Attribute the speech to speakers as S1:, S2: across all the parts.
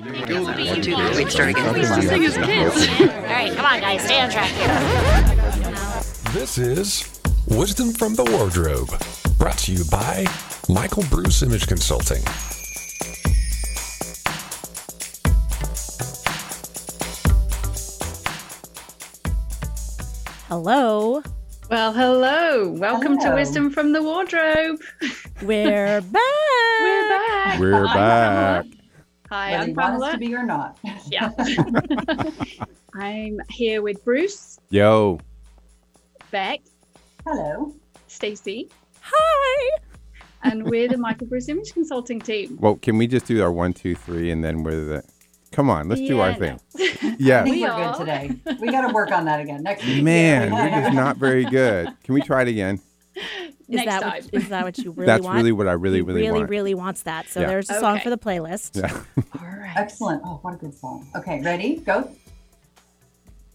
S1: Yes, one, two, three. Wait, start again.
S2: Sing his kids.
S3: All right, come on, guys, stay on track here.
S4: This is Wisdom from the Wardrobe, brought to you by Michael Bruce Image Consulting.
S5: Hello,
S2: Well, hello. Welcome to
S3: Hello.
S2: Wisdom from the Wardrobe.
S5: we're back.
S2: We're back.
S6: We're
S2: I'm
S6: back.
S2: Pamela. Hi,
S3: Whether
S2: I'm
S3: you want us
S2: Pamela.
S3: to be or not.
S2: yeah. I'm here with Bruce,
S6: Yo,
S2: Beck,
S3: Hello.
S2: Stacey,
S5: Hi.
S2: and we're the Michael Bruce Image Consulting team.
S6: well, can we just do our one, two, three, and then we're the? Come on, let's do our
S2: Yeah, no.
S6: thing. Yeah,
S3: I think
S2: We
S3: we are
S2: are.
S3: good today. We got to work on that again next week.
S6: man, we're just not very good. Can we try it again?
S5: Is
S2: Next
S5: that
S2: time.
S5: What, is that what you really
S6: That's
S5: want?
S6: really what I really,
S5: You
S6: really,
S5: really,
S6: want.
S5: really wants that. So
S6: Yeah.
S5: there's a song
S2: Okay.
S5: for the playlist.
S6: Yeah.
S2: All right.
S3: Excellent. Oh, what a good song. Okay, ready? Go.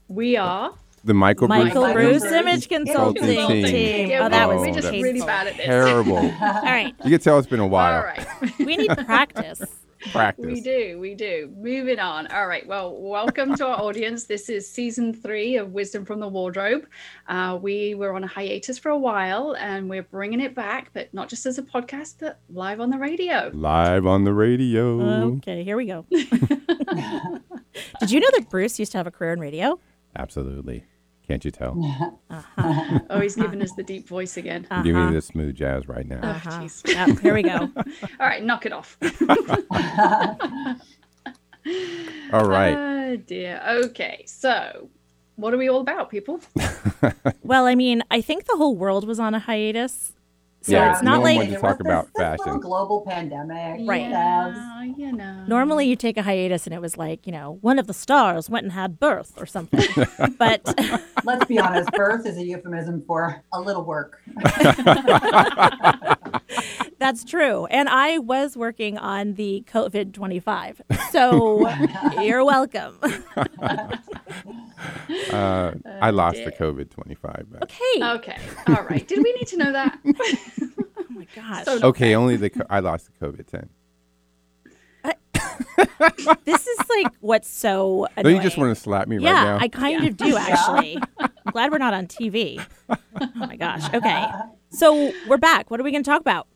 S2: We are.
S6: The Michael,
S5: Michael
S6: Bruce.
S3: Michael
S5: Bruce
S3: Bruce
S5: Image
S3: Image
S5: Consulting
S6: Consulting
S5: Team.
S6: Team.
S2: Yeah,
S5: Oh, that
S2: we're
S5: was
S2: we're just
S5: painful.
S2: really bad at this.
S6: Terrible.
S5: All right,
S6: You can tell it's been a
S2: All
S6: while.
S2: right.
S5: we need practice.
S6: Practice.
S2: We do, we do. Moving on. All right. Well, welcome to our audience. This is season three of Wisdom from the Wardrobe. Uh, we were on a hiatus for a while, and we're bringing it back, but not just as a podcast, but live on the radio.
S6: Live on the radio.
S5: Okay, here we go. Did you know that Bruce used to have a career in radio?
S6: Absolutely. Can't you tell?
S2: Oh, he's giving us the deep voice again.
S6: Give me the smooth jazz right now.
S2: Oh,
S5: Uh-huh.
S2: jeez.
S5: Yep, here we go.
S2: All right, knock it off.
S6: All right.
S2: Oh dear. Okay. So, what are we all about, people?
S5: Well, I mean, I think the whole world was on a hiatus. So
S6: Yeah,
S5: it's
S6: no
S5: not
S6: one
S5: like
S6: wanted to talk
S3: This-
S6: about
S3: this little
S6: fashion.
S3: global pandemic.
S5: Right.
S2: Yeah, you know.
S5: normally you take a hiatus and it was like, you know, one of the stars went and had birth or something. but
S3: Let's be honest. Birth is a euphemism for a little work.
S5: That's true. And I was working on the COVID 25. So you're welcome.
S6: Uh, I lost the COVID 25. but-
S5: Hey.
S2: Okay. All right. Did we need to know that?
S5: Oh my gosh.
S2: So-
S6: Okay, only the co- I lost the COVID 10.
S5: this is like what's so
S6: No,
S5: annoying.
S6: you just want to slap me
S5: yeah,
S6: right now.
S5: I kind of do actually. I'm glad we're not on TV. Oh my gosh. Okay. So we're back. What are we going to talk about?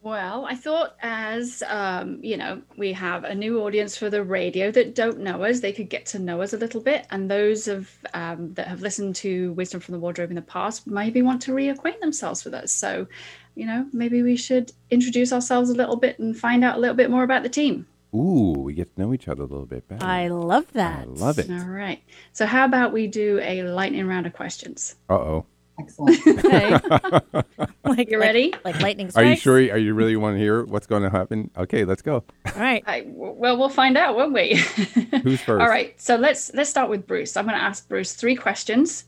S2: Well, I thought as um, you know, we have a new audience for the radio that don't know us, they could get to know us a little bit, and those of um, that have listened to Wisdom from the Wardrobe in the past maybe want to reacquaint themselves with us. So, you know, maybe we should introduce ourselves a little bit and find out a little bit more about the team.
S6: Ooh, we get to know each other a little bit better.
S5: I love that.
S6: I love it.
S2: All right. So, how about we do a lightning round of questions?
S6: Uh oh.
S3: Excellent.
S5: Okay. like,
S2: You
S5: like-
S2: ready?
S5: Like lightning
S6: Are
S5: strikes.
S6: you sure? Are you really want to hear what's going to happen? Okay, let's go.
S5: All right.
S2: I, well, we'll find out, won't we?
S6: Who's first?
S2: All right, so let's let's start with Bruce. I'm going to ask Bruce three questions,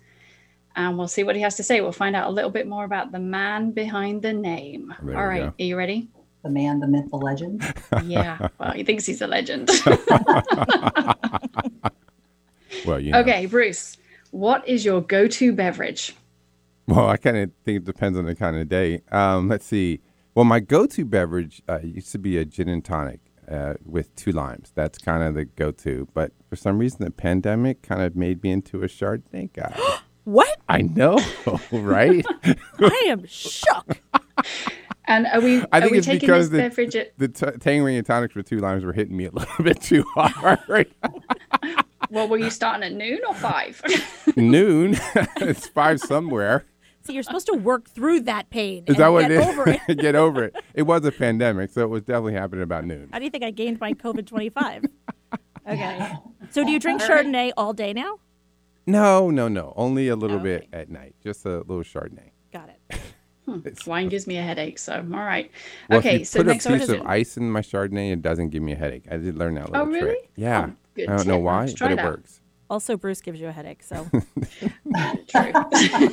S2: and we'll see what he has to say. We'll find out a little bit more about the man behind the name.
S6: There
S2: All
S6: we
S2: right,
S6: go.
S2: are you ready?
S3: The man, the myth, the legend. Oh,
S2: yeah. Well, he thinks he's a legend.
S6: Well, you know.
S2: okay, Bruce. What is your go-to beverage?
S6: Well, I kind of think it depends on the kind of day. Um, let's see. Well, my go-to beverage uh, used to be a gin and tonic uh, with two limes. That's kind of the go-to. But for some reason, the pandemic kind of made me into a Chardonnay guy.
S5: What?
S6: I know, right?
S5: I am shook.
S2: And are we
S6: I
S2: are
S6: think
S2: we
S6: it's
S2: taking
S6: because
S2: this
S6: the,
S2: beverage? At,
S6: the t- Tangerine and tonics with two limes were hitting me a little bit too hard.
S2: well, were you starting at noon or five?
S6: Noon, it's five somewhere.
S5: See, you're supposed to work through that pain.
S6: Is
S5: and
S6: that what
S5: get
S6: it is?
S5: over it.
S6: Get over it. It was a pandemic, so it was definitely happening about noon.
S5: How do you think I gained my COVID 25? okay. So do you drink Chardonnay all day now?
S6: No, no, no. Only a little bit at night. Just a little Chardonnay.
S5: Got it.
S2: Wine gives me a headache, so I'm all right.
S6: Well, if
S2: okay,
S6: you
S2: so
S6: put a
S2: next
S6: piece
S2: question.
S6: of ice in my Chardonnay, it doesn't give me a headache. I did learn that little
S2: Oh, really?
S6: trick. Yeah.
S2: good
S6: I don't know
S2: tip. I'll have
S6: why,
S2: to
S6: but
S2: try
S6: it
S2: that.
S6: works.
S5: Also, Bruce gives you a headache. So,
S2: True.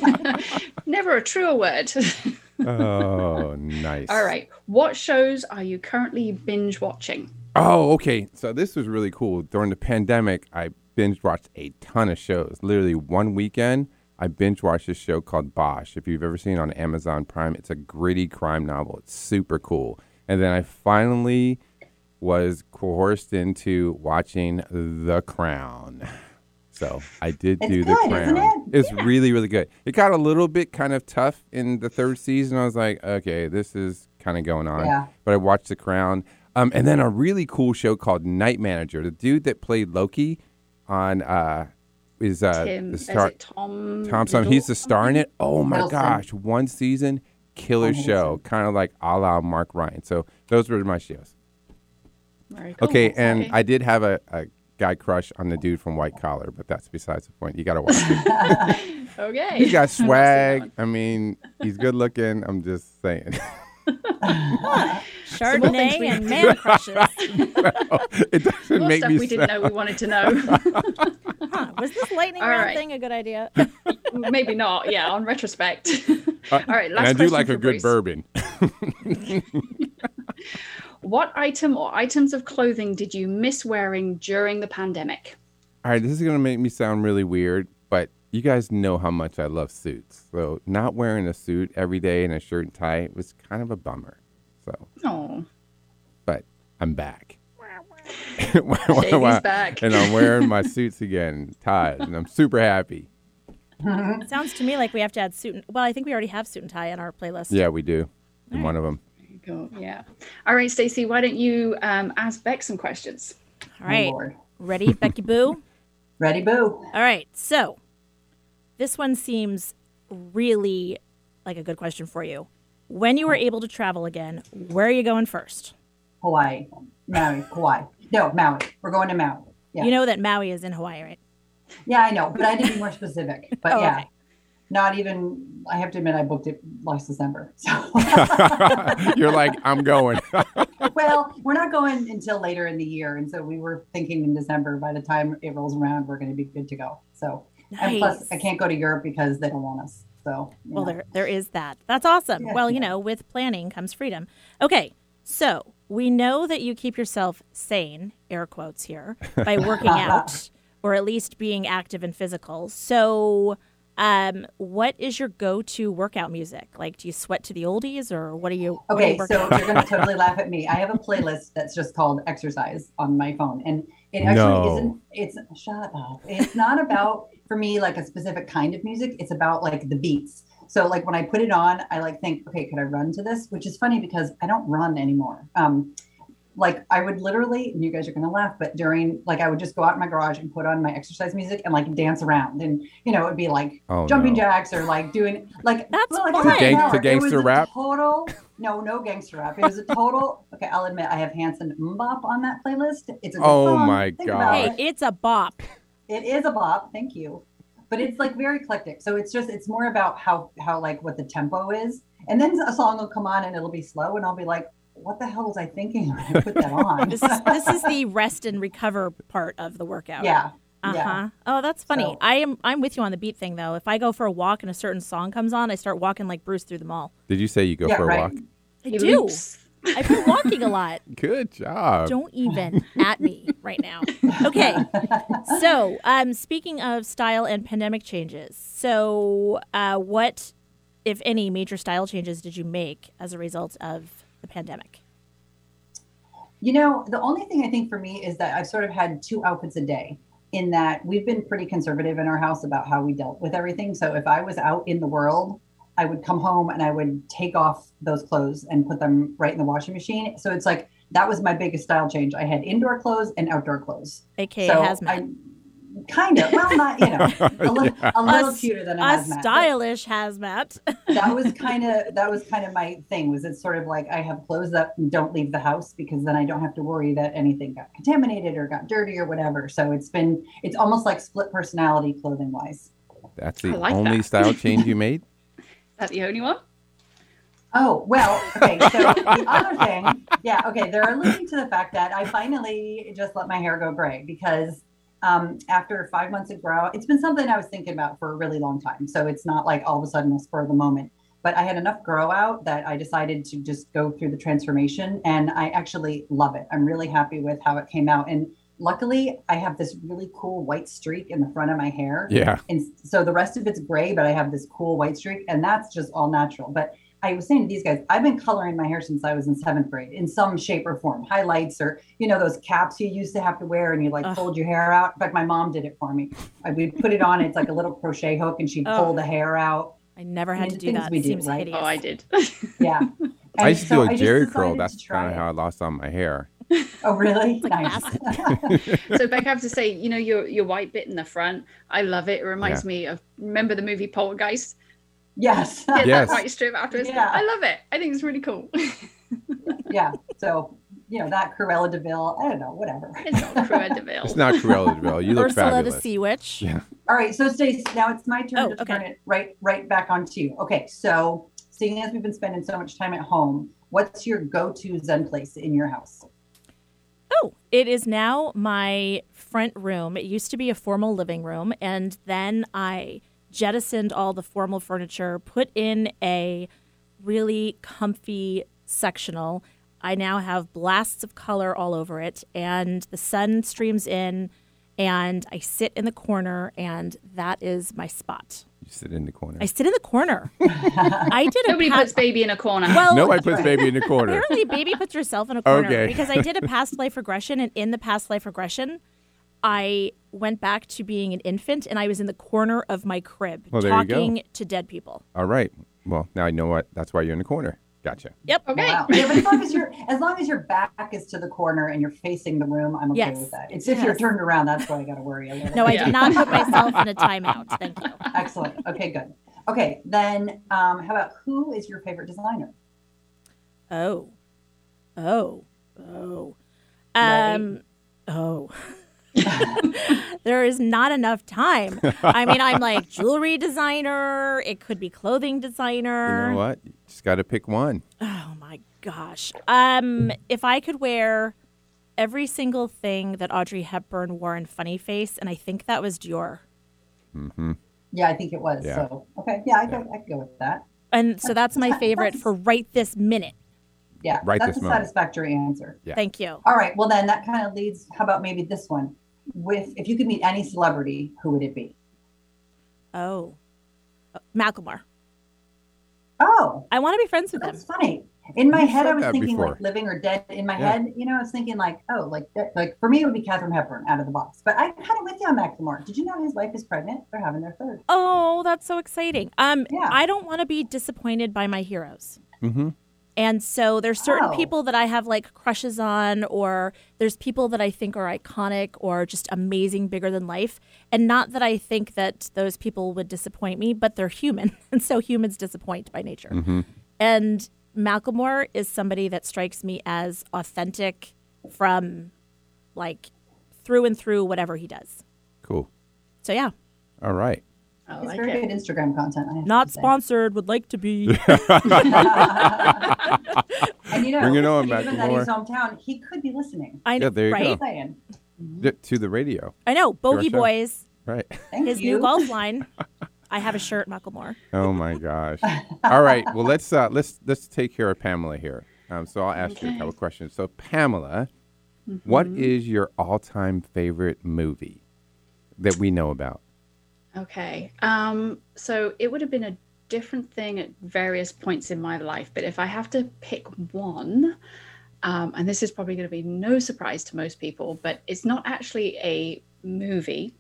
S2: Never a truer word.
S6: Oh, nice.
S2: All right. What shows are you currently binge watching?
S6: Oh, okay. So this was really cool. During the pandemic, I binge watched a ton of shows. Literally one weekend, I binge watched this show called Bosch. If you've ever seen it on Amazon Prime, it's a gritty crime novel. It's super cool. And then I finally was coerced into watching The Crown. So I did
S3: It's
S6: do The
S3: good,
S6: Crown.
S3: isn't it?
S6: It's really, really good. It got a little bit kind of tough in the third season. I was like, okay, this is kind of going on.
S3: Yeah.
S6: But I watched The Crown. Um, and then a really cool show called Night Manager. The dude that played Loki on uh, is uh,
S2: Tim,
S6: the
S2: is
S6: star.
S2: it Tom?
S6: Thompson.
S2: Riddle?
S6: He's the star in it. Oh my
S3: Hiddleston.
S6: gosh, one season killer show, kind of like a la Mark Ryan. So those were my shows.
S2: Very cool.
S6: Okay, and I did have a, a guy crush on the dude from White Collar, but that's besides the point. You got to watch. it.
S2: okay.
S6: He's got swag. I mean, he's good looking. I'm just saying.
S2: more things
S5: Chardonnay
S2: we
S5: and
S2: do.
S5: man crushes.
S6: it doesn't
S2: More
S6: make
S2: stuff
S6: me.
S2: we didn't know we wanted to know.
S5: Huh, was this lightning
S2: All
S5: round
S2: right.
S5: thing a good idea?
S2: Maybe not. Yeah, on retrospect.
S6: Uh,
S2: All right. Last
S6: and I do
S2: question
S6: like
S2: for
S6: a good
S2: Bruce.
S6: bourbon.
S2: What item or items of clothing did you miss wearing during the pandemic?
S6: All right, this is gonna make me sound really weird, but you guys know how much I love suits. So not wearing a suit every day and a shirt and tie was kind of a bummer. So
S2: Oh,
S6: but I'm back.
S2: Shady's back.
S6: And I'm wearing my suits again, ties, and I'm super happy.
S5: It sounds to me like we have to add suit. And, well, I think we already have suit and tie in our playlist.
S6: Yeah, we do. I'm one of them.
S2: cool. Yeah. All right, Stacey, why don't you um, ask Beck some questions?
S5: All right.
S3: Lord.
S5: Ready, Becky Boo?
S3: Ready, boo.
S5: All right. So this one seems really like a good question for you. When you were able to travel again, where are you going first?
S3: Hawaii. Maui. Hawaii. No, Maui. We're going to Maui. Yeah.
S5: You know that Maui is in Hawaii, right?
S3: yeah, I know, but I didn't be more specific. But
S5: Oh,
S3: yeah,
S5: okay.
S3: not even, I have to admit, I booked it last December. So,
S6: You're like, I'm going.
S3: well, we're not going until later in the year. And so we were thinking in December, by the time it rolls around, we're going to be good to go. So, and plus, I
S5: Nice.
S3: can't go to Europe because they don't want us. So, you
S5: Well,
S3: know.
S5: there there is that. That's awesome.
S3: Yeah.
S5: Well, you know, with planning comes freedom. Okay, so we know that you keep yourself sane, air quotes here, by working out or at least being active and physical. So, um, what is your go-to workout music? Like, do you sweat to the oldies, or what are you? what are you
S3: Okay,
S5: working
S3: so
S5: out?
S3: you're going to totally laugh at me. I have a playlist that's just called exercise on my phone, and it actually
S6: No.
S3: isn't. It's shut up. It's not about for me like a specific kind of music. It's about like the beats. So like when I put it on, I like think, okay, could I run to this? Which is funny because I don't run anymore. Um, like I would literally, and you guys are gonna laugh, but during like I would just go out in my garage and put on my exercise music and like dance around, and you know it would be like
S6: Oh,
S3: jumping
S6: no.
S3: jacks or like doing like
S5: That's
S3: well, like,
S5: fun. To
S3: half an
S6: gang- to
S3: hour. It
S6: gangster
S3: was a
S6: rap?
S3: Total no, no gangster rap. It was a total. okay, I'll admit I have Hanson Mbop on that playlist. It's a good
S6: Oh
S3: song.
S6: my
S3: Think about
S6: God.
S5: hey,
S3: it.
S5: it's a bop.
S3: it is a bop. Thank you, but it's like very eclectic. So it's just it's more about how how like what the tempo is, and then a song will come on and it'll be slow, and I'll be like, what the hell was I thinking when I put that on?
S5: This is this is the rest and recover part of the workout.
S3: yeah,
S5: Uh huh.
S3: yeah.
S5: Oh, that's funny.
S3: So-
S5: I am. I'm with you on the beat thing, though. If I go for a walk and a certain song comes on, I start walking like Bruce through the mall.
S6: Did you say you go
S3: Yeah,
S6: for a
S3: right.
S6: walk?
S5: I
S2: He
S5: do.
S2: loops.
S5: I've been walking a lot.
S6: Good
S3: Uh,
S6: job.
S5: Don't even at me right now. Okay. So, um, speaking of style and pandemic changes, so uh, what, if any, major style changes did you make as a result of the pandemic?
S3: You know, the only thing I think for me is that I've sort of had two outfits a day in that we've been pretty conservative in our house about how we dealt with everything. So if I was out in the world, I would come home and I would take off those clothes and put them right in the washing machine. So it's like that was my biggest style change. I had indoor clothes and outdoor clothes.
S5: AKA
S3: so
S5: hazmat.
S3: I kind of well not you know a little, a little
S5: s-
S3: cuter than a,
S5: a
S3: hazmat. but-
S5: stylish hazmat.
S3: that was kind of that was kind of my thing was it's sort of like i have clothes that don't leave the house because then i don't have to worry that anything got contaminated or got dirty or whatever so it's been it's almost like split personality clothing wise
S6: That's the
S2: I like
S6: only
S2: that.
S6: style change you made.
S2: Is that the only one?
S3: oh well okay so the other thing yeah okay they're alluding to the fact that i finally just let my hair go gray because um, after five months of grow, it's been something I was thinking about for a really long time. So it's not like all of a sudden a spur of the moment. But I had enough grow out that I decided to just go through the transformation, and I actually love it. I'm really happy with how it came out, and luckily I have this really cool white streak in the front of my hair.
S6: Yeah.
S3: And so the rest of it's gray, but I have this cool white streak, and that's just all natural. But I I was saying to these guys, I've been coloring my hair since I was in seventh grade in some shape or form, highlights or, you know, those caps you used to have to wear and you like
S5: Ugh.
S3: pulled your hair out. In fact, my mom did it for me. I would put it on, it's like a little crochet hook and she'd
S5: Oh.
S3: pull the hair out.
S5: I never
S3: I
S5: had to
S3: mean,
S5: do
S3: things
S5: that.
S3: we
S5: It
S3: do,
S5: seems
S3: right?
S5: hideous.
S2: Oh, I did.
S3: Yeah.
S6: I
S3: And
S6: used to
S3: so
S6: do a
S3: just
S6: Jerry
S3: decided
S6: curl.
S3: to
S6: That's
S3: try
S6: kind of
S3: it.
S6: how I lost all my hair.
S3: Oh, really?
S5: like
S3: nice.
S2: so Beck, I have to say, you know, your your white bit in the front, I love it. It reminds me of remember the movie Poltergeist?
S3: yes.
S2: Yeah,
S6: Yes.
S2: that white strip afterwards.
S3: Yeah.
S2: I love it. I think it's really cool.
S3: yeah. So, you know, that Corella Deville, I don't know, whatever.
S2: it's not Cruella Deville.
S6: It's not Cruella de Vil. You look
S5: Ursula the
S6: fabulous.
S5: Sea Witch.
S6: Yeah.
S3: All right, so Stace, now it's my turn
S5: Oh,
S3: to
S5: okay.
S3: turn it right right back onto you. Okay, so seeing as we've been spending so much time at home, what's your go-to Zen place in your house?
S5: Oh, it is now my front room. It used to be a formal living room, and then I jettisoned all the formal furniture, put in a really comfy sectional. I now have blasts of color all over it, and the sun streams in, and I sit in the corner, and that is my spot.
S6: You sit in the corner.
S5: I sit in the corner. I did a
S2: Nobody
S5: pat-
S2: puts baby in a corner.
S5: well,
S6: no, I put baby in the corner.
S5: Apparently, baby puts yourself in a corner
S6: Okay.
S5: because I did a past life regression, and in the past life regression, I went back to being an infant, and I was in the corner of my crib
S6: Well, there you go.
S5: talking to dead people.
S6: All right. Well, now I know what. That's why you're in the corner. Gotcha.
S5: Yep.
S2: okay.
S3: Wow. Yeah, but as long as your as long as your back is to the corner and you're facing the room, I'm okay
S5: Yes.
S3: with that. It's if you're
S5: Yes.
S3: turned around, that's where I gotta worry a little.
S5: No, I
S2: Yeah.
S5: did not put myself in a timeout. Thank you.
S3: Excellent. Okay, good. Okay, then um, how about who is your favorite designer?
S5: Oh, oh, oh,
S3: Right.
S5: um, oh. there is not enough time. I mean, I'm like jewelry designer. It could be clothing
S6: You
S5: designer.
S6: know what? You just got to pick one.
S5: Oh my gosh. Um, if I could wear every single thing that Audrey Hepburn wore in Funny Face, and I think that was Dior.
S3: Yeah, I think it was.
S6: Yeah.
S3: So okay, yeah, I could, I could go with that.
S5: And so that's my favorite for right this minute.
S3: Yeah,
S6: Right
S3: that's
S6: this
S3: a
S6: moment.
S3: satisfactory answer.
S6: Yeah.
S5: Thank you.
S3: All right. Well, then that kind of leads. How about maybe this one? With if you could meet any celebrity, who would it be?
S5: Oh. Uh, Macklemore.
S3: Oh,
S5: I want to be friends with him.
S3: that's funny. In my
S6: You've
S3: head, I
S6: said
S3: was
S6: that
S3: thinking
S6: before.
S3: like living or dead. In my
S6: Yeah.
S3: head, you know, I was thinking like, oh, like that- like for me, it would be Catherine Hepburn out of the box. But I'm kind of with you on Macklemore. Did you know his wife is pregnant? They're having their third.
S5: Oh, that's so exciting. Um,
S3: Yeah.
S5: I don't want to be disappointed by my heroes.
S6: Mm-hmm.
S5: And so there's certain
S3: Oh.
S5: people that I have like crushes on, or there's people that I think are iconic or just amazing, bigger than life. And not that I think that those people would disappoint me, but they're human. And so humans disappoint by nature.
S6: Mm-hmm.
S5: And Macklemore is somebody that strikes me as authentic from like through and through whatever he does.
S6: Cool.
S5: So yeah,
S6: All right.
S2: I
S3: It's
S2: like
S3: very
S2: it.
S3: good Instagram content. I have
S5: not
S3: to say.
S5: sponsored, would like to be.
S3: And you know,
S6: Bring it on,
S3: even that
S6: Macklemore.
S3: he's hometown, he could be listening.
S5: I know,
S6: Yeah, there you
S5: right?
S6: go.
S3: Saying,
S6: D- to the radio.
S5: I know, Bogey
S6: Your show.
S5: Boys,
S6: Right.
S3: thank
S5: his
S3: you.
S5: new golf line. I have a shirt, Macklemore.
S6: Oh my gosh. All right. Well, let's uh, let's let's take care of Pamela here. Um, so I'll ask you a
S2: Okay. Mm-hmm.
S6: couple questions. So Pamela, what is your all-time favorite movie that we know about?
S2: Okay. Um, so it would have been a different thing at various points in my life, but if I have to pick one, um, and this is probably going to be no surprise to most people, but it's not actually a movie.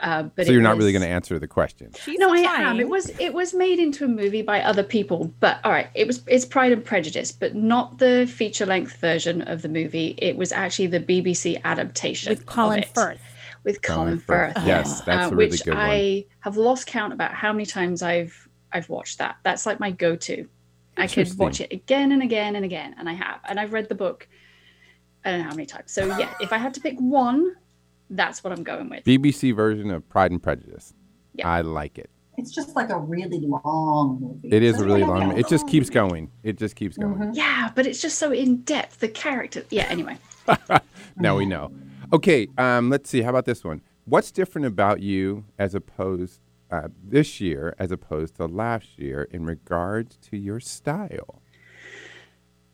S2: Uh, but
S6: so you're not really
S2: going
S6: going to answer the question.
S5: She's
S2: no, I am.
S5: trying.
S2: It was it was made into a movie by other people, but all right, it was it's Pride and Prejudice, but not the feature length version of the movie. It was actually the BBC adaptation
S5: with Colin
S2: of it
S5: Firth.
S2: with
S6: Colin
S2: Colin
S6: Firth.
S2: Firth. uh,
S6: Yes, that's a really
S2: which
S6: good one.
S2: I have lost count about how many times I've I've watched that. That's like my go-to. I could watch it again and again and again, and I have. And I've read the book. I don't know how many times. So yeah, if I had to pick one, that's what I'm going with.
S6: BBC version of Pride and Prejudice.
S2: Yeah.
S6: I like it.
S3: It's just like a really long movie.
S6: It is a
S3: Doesn't
S6: really
S3: have
S6: long.
S3: that
S6: It just
S2: Oh.
S6: keeps going. It just keeps going.
S2: Yeah, but it's just so in depth. The character. Yeah. Anyway.
S6: Now we know. Okay, um, let's see. How about this one? What's different about you as opposed uh, this year as opposed to last year in regards to your style?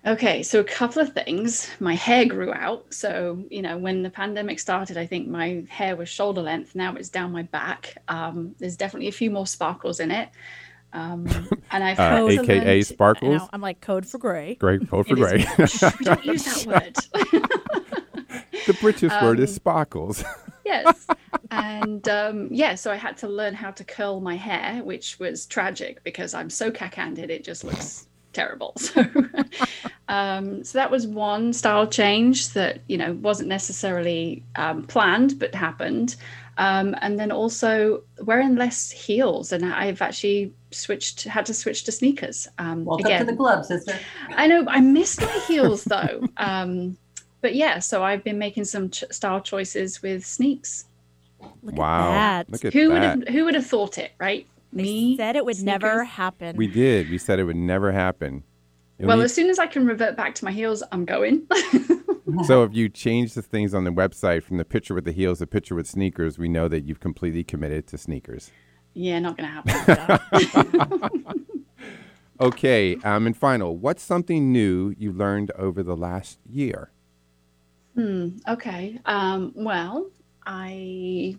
S2: Okay, so a couple of things. My hair grew out. So, you know, when the pandemic started, I think my hair was shoulder length. Now it's down my back. Um, there's definitely a few more sparkles in it. Um, and I've
S6: Uh,
S2: heard
S5: Codes of
S6: AKA
S5: them-
S6: sparkles?
S5: I know, I'm like code for gray.
S6: Gray, code for
S2: it
S6: gray.
S2: is- Shh, we don't use that word.
S6: the British word is sparkles.
S2: yes. And um, yeah, so I had to learn how to curl my hair, which was tragic because I'm so cack-handed, it just looks terrible. So, um, so that was one style change that you know wasn't necessarily um, planned but happened. Um, and then also wearing less heels, and I've actually switched, had to switch to sneakers. Um,
S3: Welcome
S2: again,
S3: to the club, sister.
S2: I know I miss my heels though. um, but yeah, so I've been making some ch- style choices with sneaks.
S5: Look
S6: wow.
S5: at that.
S6: Look at
S2: Who would
S6: that.
S2: have who would have thought it, right?
S5: They
S2: Me
S5: said it would never
S2: sneakers.
S5: happen.
S6: We did. We said it would never happen. You'll
S2: Well,
S6: need-
S2: as soon as I can revert back to my heels, I'm going.
S6: so if you change the things on the website from the picture with the heels to picture with sneakers, we know that you've completely committed to sneakers.
S2: yeah, not gonna happen.
S6: Okay, um, and final, what's something new you learned over the last year?
S2: Hmm, okay. Um, well, I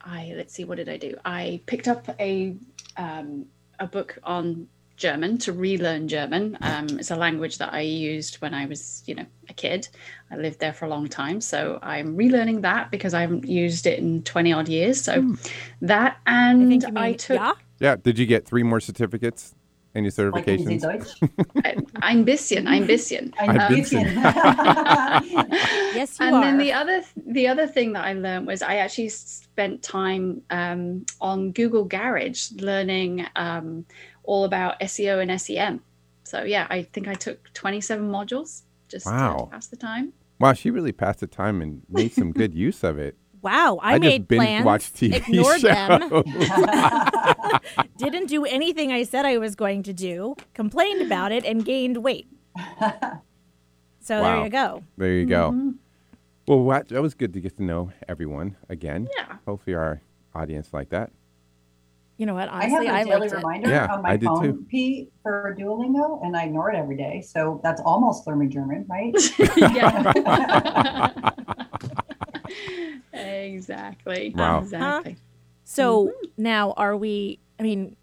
S2: I let's see, what did I do? I picked up a um, a book on German to relearn German. Um, it's a language that I used when I was, you know, a kid. I lived there for a long time, so I'm relearning that because I haven't used it in twenty odd years. So that,
S5: Hmm. I
S2: and
S5: think you
S2: I,
S5: mean
S2: took
S5: yeah.
S6: Yeah, did you get three more certificates? Any
S3: Like
S6: certifications?
S3: easy Deutsch.
S2: I'm bisschen, I'm bisschen.
S3: And
S6: I've been
S3: Egyptian.
S5: Yes, you
S2: and
S5: are.
S2: then the other the other thing that I learned was I actually spent time um, on Google Garage learning um, all about SEO and SEM. So yeah, I think I took 27 modules just to
S6: Wow.
S2: pass the time.
S6: Wow, she really passed the time and made some good use of it.
S5: wow, I,
S6: I
S5: made
S6: just binge
S5: plans,
S6: watched TV
S5: ignored them,
S6: shows.
S5: didn't do anything I said I was going to do, complained about it, and gained weight.
S6: Wow.
S5: So there you go.
S6: there you go.
S5: Mm-hmm.
S6: Well, what, that was good to get to know everyone again.
S2: Yeah.
S6: Hopefully, our audience like that.
S5: You know what?
S3: I
S5: Honestly,
S3: have a
S5: I,
S3: daily
S5: liked it.
S3: reminder
S6: Yeah,
S3: on my
S6: I did
S3: phone,
S6: too.
S3: Pete, for Duolingo, and I ignore it every day. So that's almost learning German, right?
S2: yeah. exactly.
S6: Wow.
S2: Exactly.
S5: So
S6: Mm-hmm.
S5: now, are we? I mean,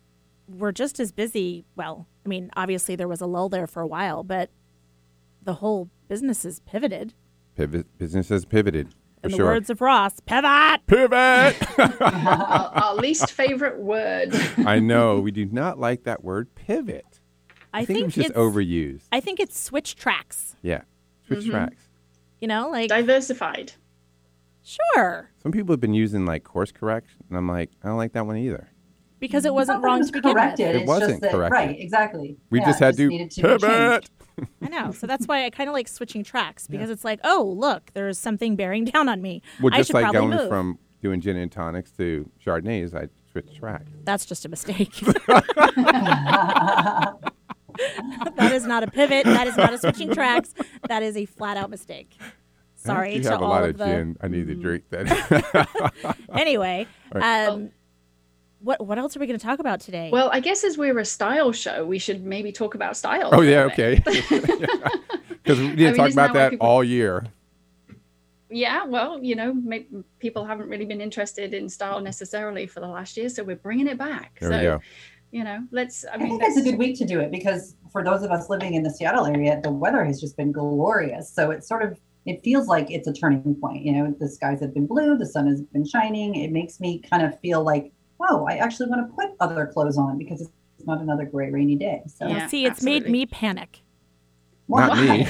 S5: we're just as busy. Well, I mean, obviously there was a lull there for a while, but the whole business is pivoted.
S6: Pivot, business has pivoted. For
S5: In the
S6: sure.
S5: words of Ross, pivot.
S6: pivot.
S2: Our, our least favorite word.
S6: I know we do not like that word pivot.
S5: I,
S6: think, it was just
S5: it's
S6: overused.
S5: I think it's switch tracks.
S6: yeah, switch
S5: Mm-hmm.
S6: tracks.
S5: You know, like
S2: Diversified.
S5: sure,
S6: Some people have been using like course correct, and I'm like, I don't like that one either.
S5: because it wasn't wrong
S3: Nothing
S5: to begin
S3: was corrected.
S5: with.
S6: It
S3: It's
S6: wasn't
S3: just that,
S6: corrected.
S3: right? Exactly.
S6: We
S3: Yeah,
S6: just had to,
S3: needed be
S6: pivot.
S3: changed.
S5: I know, so that's why I kind of like switching tracks because it's like, oh, look, there's something bearing down on me.
S6: Well,
S5: I
S6: just
S5: should
S6: like
S5: probably
S6: going
S5: move.
S6: from doing gin and tonics to chardonnays, I switched tracks.
S5: That's just a mistake. that is not a pivot. That is not a switching tracks. That is a flat out mistake. Sorry
S6: you
S5: to
S6: have a
S5: all
S6: lot
S5: of
S6: of
S5: the. Mm.
S6: gin. I need to drink that.
S5: Anyway, um, what what else are we going to talk about today?
S2: Well, I guess as we're a style show, we should maybe talk about style.
S6: oh
S2: a
S6: yeah,
S2: little bit.
S6: okay. Because we didn't talk
S2: isn't that
S6: about
S2: why
S6: that
S2: people-
S6: all year.
S2: Yeah, well, you know, may people haven't really been interested in style necessarily for the last year, so we're bringing it back.
S6: There
S2: so,
S6: we go.
S2: you know, let's. I
S3: I
S2: mean,
S3: think that's a
S2: let's-
S3: good week to do it because for those of us living in the Seattle area, the weather has just been glorious. So it's sort of it feels like it's a turning point. You know, the skies have been blue, the sun has been shining. It makes me kind of feel like, oh, I actually want to put other clothes on because it's not another gray rainy day. So
S5: Now,
S2: Yeah,
S5: see, it's made
S2: absolutely.
S5: me panic
S6: Not me.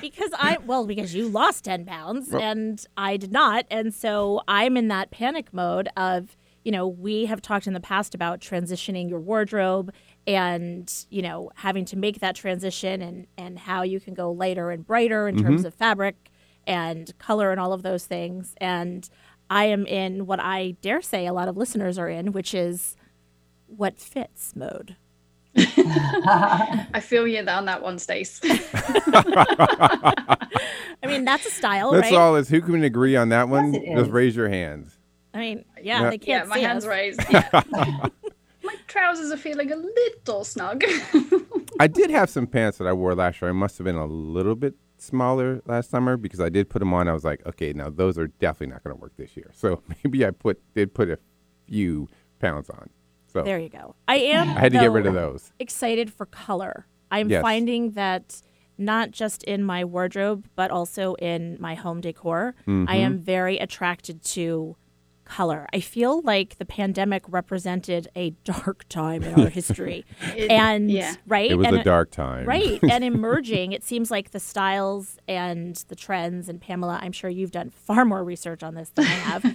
S5: because I well because you lost ten pounds and I did not, and so I'm in that panic mode of you know we have talked in the past about transitioning your wardrobe and you know having to make that transition and and how you can go lighter and brighter in
S6: Mm-hmm.
S5: terms of fabric and color and all of those things and I am in what I dare say a lot of listeners are in, which is what fits mode.
S2: I feel you on that one, Stace.
S5: I mean, that's a style,
S6: That's
S5: right?
S6: all. Is who can agree on that one?
S3: it
S6: Just
S3: is.
S6: raise your hands.
S5: I mean, yeah,
S6: Yeah.
S5: they
S2: yeah,
S5: can't
S2: my
S5: see
S2: hands
S5: us.
S2: raised. Yeah. my trousers are feeling a little snug.
S6: I did have some pants that I wore last year. I must have been a little bit smaller last summer because I did put them on. I was like, okay, now those are definitely not going to work this year. So maybe I put did put a few pounds on. So
S5: There you go. I am.
S6: I had to get rid
S5: though,
S6: of those.
S5: Excited for color. I'm
S6: Yes.
S5: finding that not just in my wardrobe, but also in my home decor, I am
S6: Mm-hmm.
S5: very attracted to color. I feel like the pandemic represented a dark time in our history.
S2: It-
S5: and
S2: yeah.
S5: right,
S6: It was
S5: and
S6: a dark time.
S5: Right. And emerging, it seems like the styles and the trends, and Pamela, I'm sure you've done far more research on this than I have.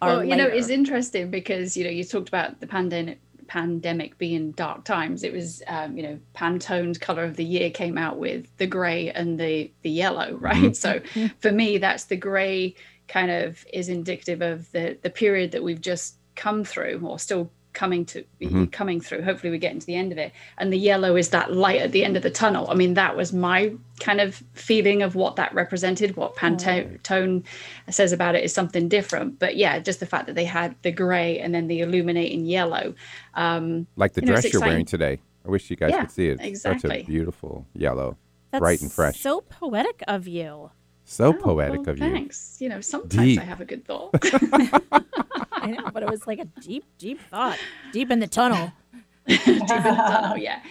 S5: are
S2: Well, you know, it's
S5: later.
S2: interesting because you know you talked about the pandemic pandemic being dark times. It was, um, you know, Pantone's color of the year came out with the gray and the the yellow,
S5: Mm-hmm.
S2: right? So for me, that's the gray kind of is indicative of the the period that we've just come through or still coming to
S6: Mm-hmm.
S2: coming through hopefully we're getting to the end of it and the yellow is that light at the end of the tunnel i mean that was my kind of feeling of what that represented what pantone says about it is something different but yeah just the fact that they had the gray and then the illuminating yellow um
S6: Like the
S2: You know, it's
S6: dress you're wearing today. I wish you guys
S2: Yeah,
S6: could see it. It's Such
S2: exactly.
S6: a beautiful yellow,
S5: That's
S6: bright and fresh. So,
S5: So poetic of you.
S2: oh,
S6: poetic
S2: well,
S6: of you.
S2: thanks you know sometimes
S6: Deep.
S2: i have a good thought
S5: I know, but it was like a deep, deep thought, deep in the tunnel.
S2: oh yeah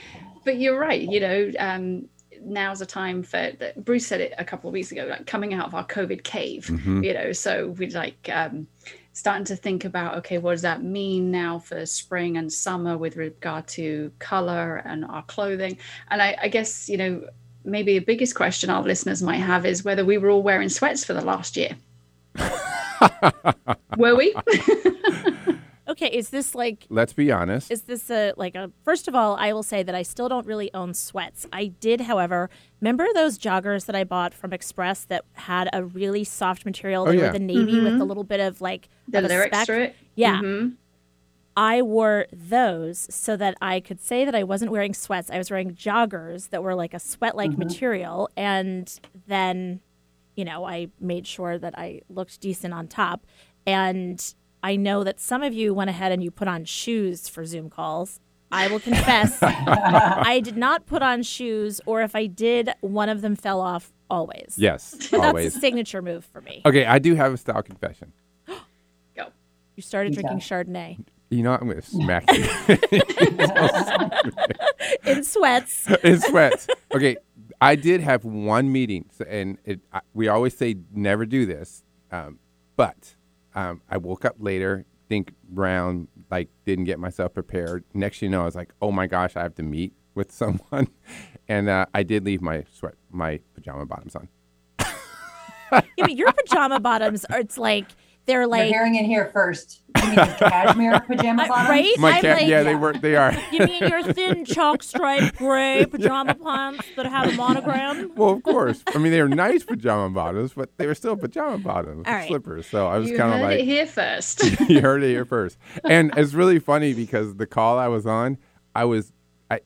S2: but you're right you know um now's a time for that bruce said it a couple of weeks ago like coming out of our covid cave
S6: Mm-hmm. Mm.
S2: you know so we like um starting to think about okay what does that mean now for spring and summer with regard to color and our clothing and i, I guess you know maybe the biggest question our listeners might have is whether we were all wearing sweats for the last year were we
S5: Okay, is this like
S6: Let's be honest.
S5: is this a like a first of all, I will say that I still don't really own sweats. I did, however, remember those joggers that I bought from Express that had a really soft material.
S6: Oh,
S5: They
S6: yeah.
S5: were the navy with a little bit of like
S2: the
S5: of a
S2: lyrics
S5: speck.
S2: through it
S5: Yeah.
S2: Mhm.
S5: I wore those so that I could say that I wasn't wearing sweats. I was wearing joggers that were like a sweat like material. And then, you know, I made sure that I looked decent on top. And I know that some of you went ahead and you put on shoes for Zoom calls. I will confess, I did not put on shoes, or if I did, one of them fell off always.
S6: Yes,
S5: But
S6: always. Uh,
S5: that's a signature move for me.
S6: Okay, I do have a style confession.
S2: go
S5: You started
S3: Okay.
S5: drinking Chardonnay
S6: You know, what? I'm going to smack you
S5: in sweats.
S6: in sweats. Okay, I did have one meeting, so- and it, I, we always say never do this, um, but um, I woke up later, think round, like didn't get myself prepared. Next, thing you know, I was like, oh my gosh, I have to meet with someone, and uh, I did leave my sweat, my pajama bottoms on.
S5: Yeah, but your pajama bottoms are it's like they're
S3: You're
S5: like
S3: hearing it here first. You mean the cashmere pajama
S5: Uh,
S3: bottoms?
S5: right?
S6: My
S5: I'm
S6: cat,
S5: like-
S6: yeah, they were, they are.
S5: you mean your thin chalk stripe gray pajama pants that have a monogram?
S6: Well, of course. I mean, they were nice pajama bottoms, but they were still pajama bottoms,
S5: All right.
S6: slippers. So I was
S2: you
S6: kind of
S2: heard
S6: like,
S2: it here first
S6: you heard it here first. And it's really funny because the call I was on, I was I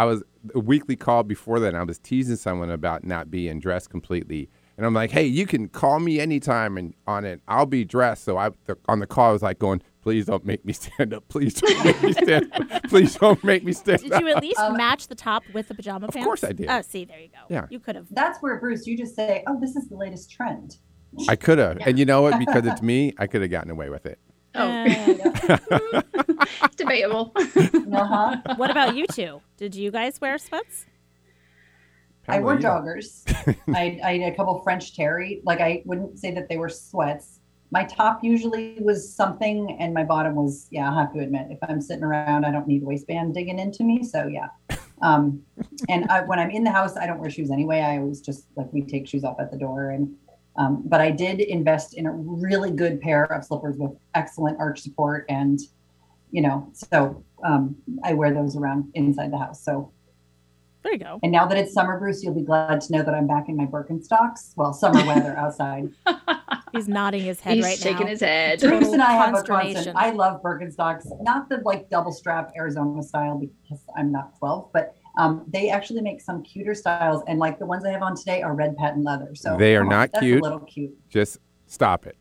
S6: I was a weekly call before that and I was teasing someone about not being dressed completely. And I'm like, hey, you can call me anytime and on it. I'll be dressed. So I the, on the call I was like going, please don't make me stand up. Please don't make me stand up. Please don't make me stand
S5: Did
S6: up.
S5: you at least match the top with the pajama pants?
S6: Oh. course I did.
S5: Oh, see, there you go.
S6: Yeah.
S5: You could have.
S3: That's where Bruce, you just say, "Oh, this is the latest trend."
S6: I could have. And you know what? Because it's me, I could have gotten away with it.
S2: oh
S5: Uh,
S2: debatable
S3: Uh huh.
S5: what about you two? Did you guys wear sweats?
S3: I
S6: Pamela,
S3: wore
S6: you don't-
S3: joggers. I, I had a couple French terry. Like I wouldn't say that they were sweats. My top usually was something, and my bottom was yeah. I have to admit, if I'm sitting around, I don't need a waistband digging into me. So yeah. Um, and I, when I'm in the house, I don't wear shoes anyway. I always just like we take shoes off at the door. And um, but I did invest in a really good pair of slippers with excellent arch support, and you know, so um, I wear those around inside the house. So
S5: There you go.
S3: and now that it's summer, Bruce, you'll be glad to know that I'm back in my Birkenstocks. Well, summer weather outside.
S5: He's nodding his head
S2: He's
S5: right
S2: shaking
S5: now.
S2: his head.
S5: Total
S3: Bruce and I have a
S5: consternation.
S3: constant. I love Birkenstocks, not the like double strap Arizona style because I'm not 12, but um, they actually make some cuter styles. And like the ones I have on today are red patent leather. So
S6: They are
S3: come on,
S6: not
S3: that's
S6: cute.
S3: A little cute.
S6: Just stop it.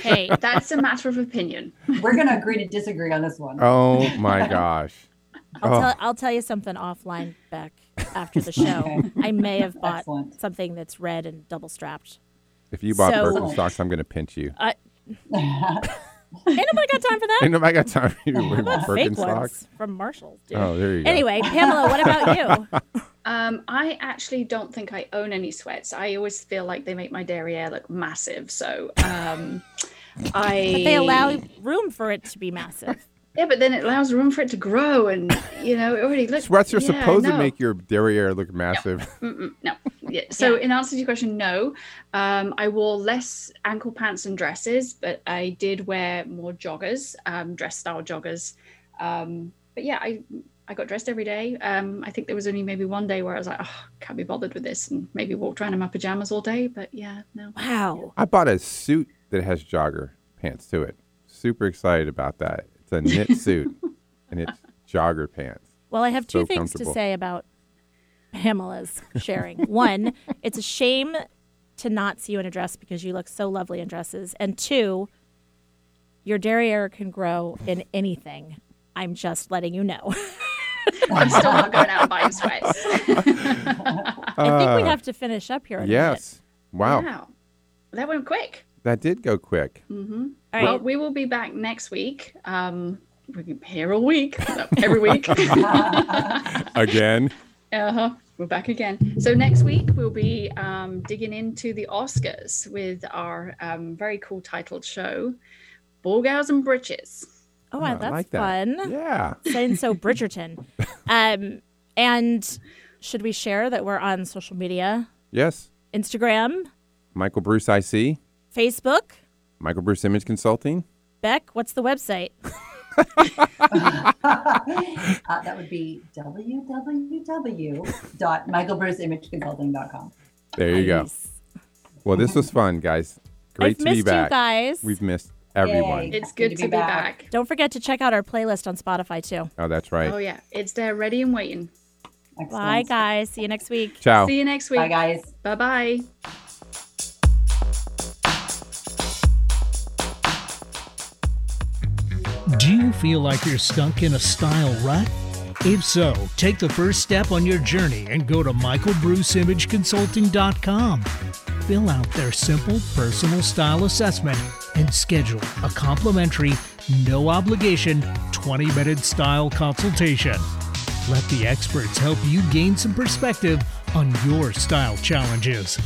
S5: hey,
S2: That's a matter of opinion.
S3: We're gonna agree to disagree on this one.
S6: Oh my gosh.
S5: I'll,
S6: Oh.
S5: tell, I'll tell you something offline, Beck, after the show.
S3: Okay.
S5: I may have bought
S3: Excellent.
S5: something that's red and double strapped.
S6: If you bought
S5: So-
S6: Birkenstocks, I'm going to pinch you.
S5: Ain't nobody got time for that.
S6: Ain't nobody got time for you wearing
S5: What about fake
S6: Birkenstocks.
S5: ones from Marshalls, dude.
S6: Oh, there you go.
S5: Anyway, Pamela, what about you?
S2: Um, I actually don't think I own any sweats. I always feel like they make my derriere look massive. So um, I.
S5: They allow room for it to be massive.
S2: Yeah, but then it allows room for it to grow, and you know it already looks.
S6: Sweats are
S2: yeah,
S6: supposed to
S2: no.
S6: make your derriere look massive.
S2: Mm-mm, no. Yeah. So, in answer to your question, no. Um, I wore less ankle pants and dresses, but I did wear more joggers, um, dress style joggers. Um, but yeah, I I got dressed every day. Um, I think there was only maybe one day where I was like, oh, can't be bothered with this, and maybe walked around in my pajamas all day. But yeah, no.
S5: Wow.
S6: I bought a suit that has jogger pants to it. Super excited about that. It's a knit suit and it's jogger pants.
S5: Well, I have two
S6: So
S5: things to
S6: comfortable.
S5: say about Pamela's sharing. One, it's a shame to not see you in a dress because you look so lovely in dresses. And two, your derriere can grow in anything. I'm just letting you know.
S2: I'm still not going out and buying sweats.
S5: I think we
S6: Uh,
S5: have to finish up here. in a
S6: Yes.
S5: Oh.
S6: Wow.
S2: Wow, that went quick. Mm-hmm.
S6: That did go quick.
S5: minute. All
S2: Well,
S5: right.
S2: we will be back next week. Um, we're here all week, No, every week.
S6: Again.
S2: Uh-huh. We're back again. So next week we'll be um, digging into the Oscars with our um, very cool titled show, Borgals and Britches.
S5: Oh,
S6: I
S5: wow, that's
S6: like that.
S5: fun.
S6: Yeah.
S5: saying so Bridgerton. Um, and should we share that we're on social media?
S6: Yes.
S5: Instagram,
S6: Michael Bruce IC,
S5: Facebook.
S6: Michael Bruce Image Consulting.
S5: Beck, what's the website?
S3: Uh, that would be www.michaelbrewsimageconsult.com.
S6: There you go.
S5: Nice.
S6: Well, this was fun, guys. Great
S5: I've
S6: to
S5: missed
S6: be back.
S5: you guys.
S6: We've missed everyone.
S3: Yay.
S2: It's good to be back.
S5: Don't forget to check out our playlist on Spotify too.
S6: Oh, that's right.
S2: Oh yeah, it's there ready and waiting.
S5: Bye,
S3: Excellent.
S5: guys. See you next week.
S6: Ciao.
S2: See you next week.
S3: Bye, guys.
S2: Bye bye.
S7: Do you feel like you're stuck in a style rut? If so, take the first step on your journey and go to michaelbruceimageconsulting.com. Fill out their simple personal style assessment and schedule a complimentary, no obligation 20 minute style consultation. Let the experts help you gain some perspective on your style challenges.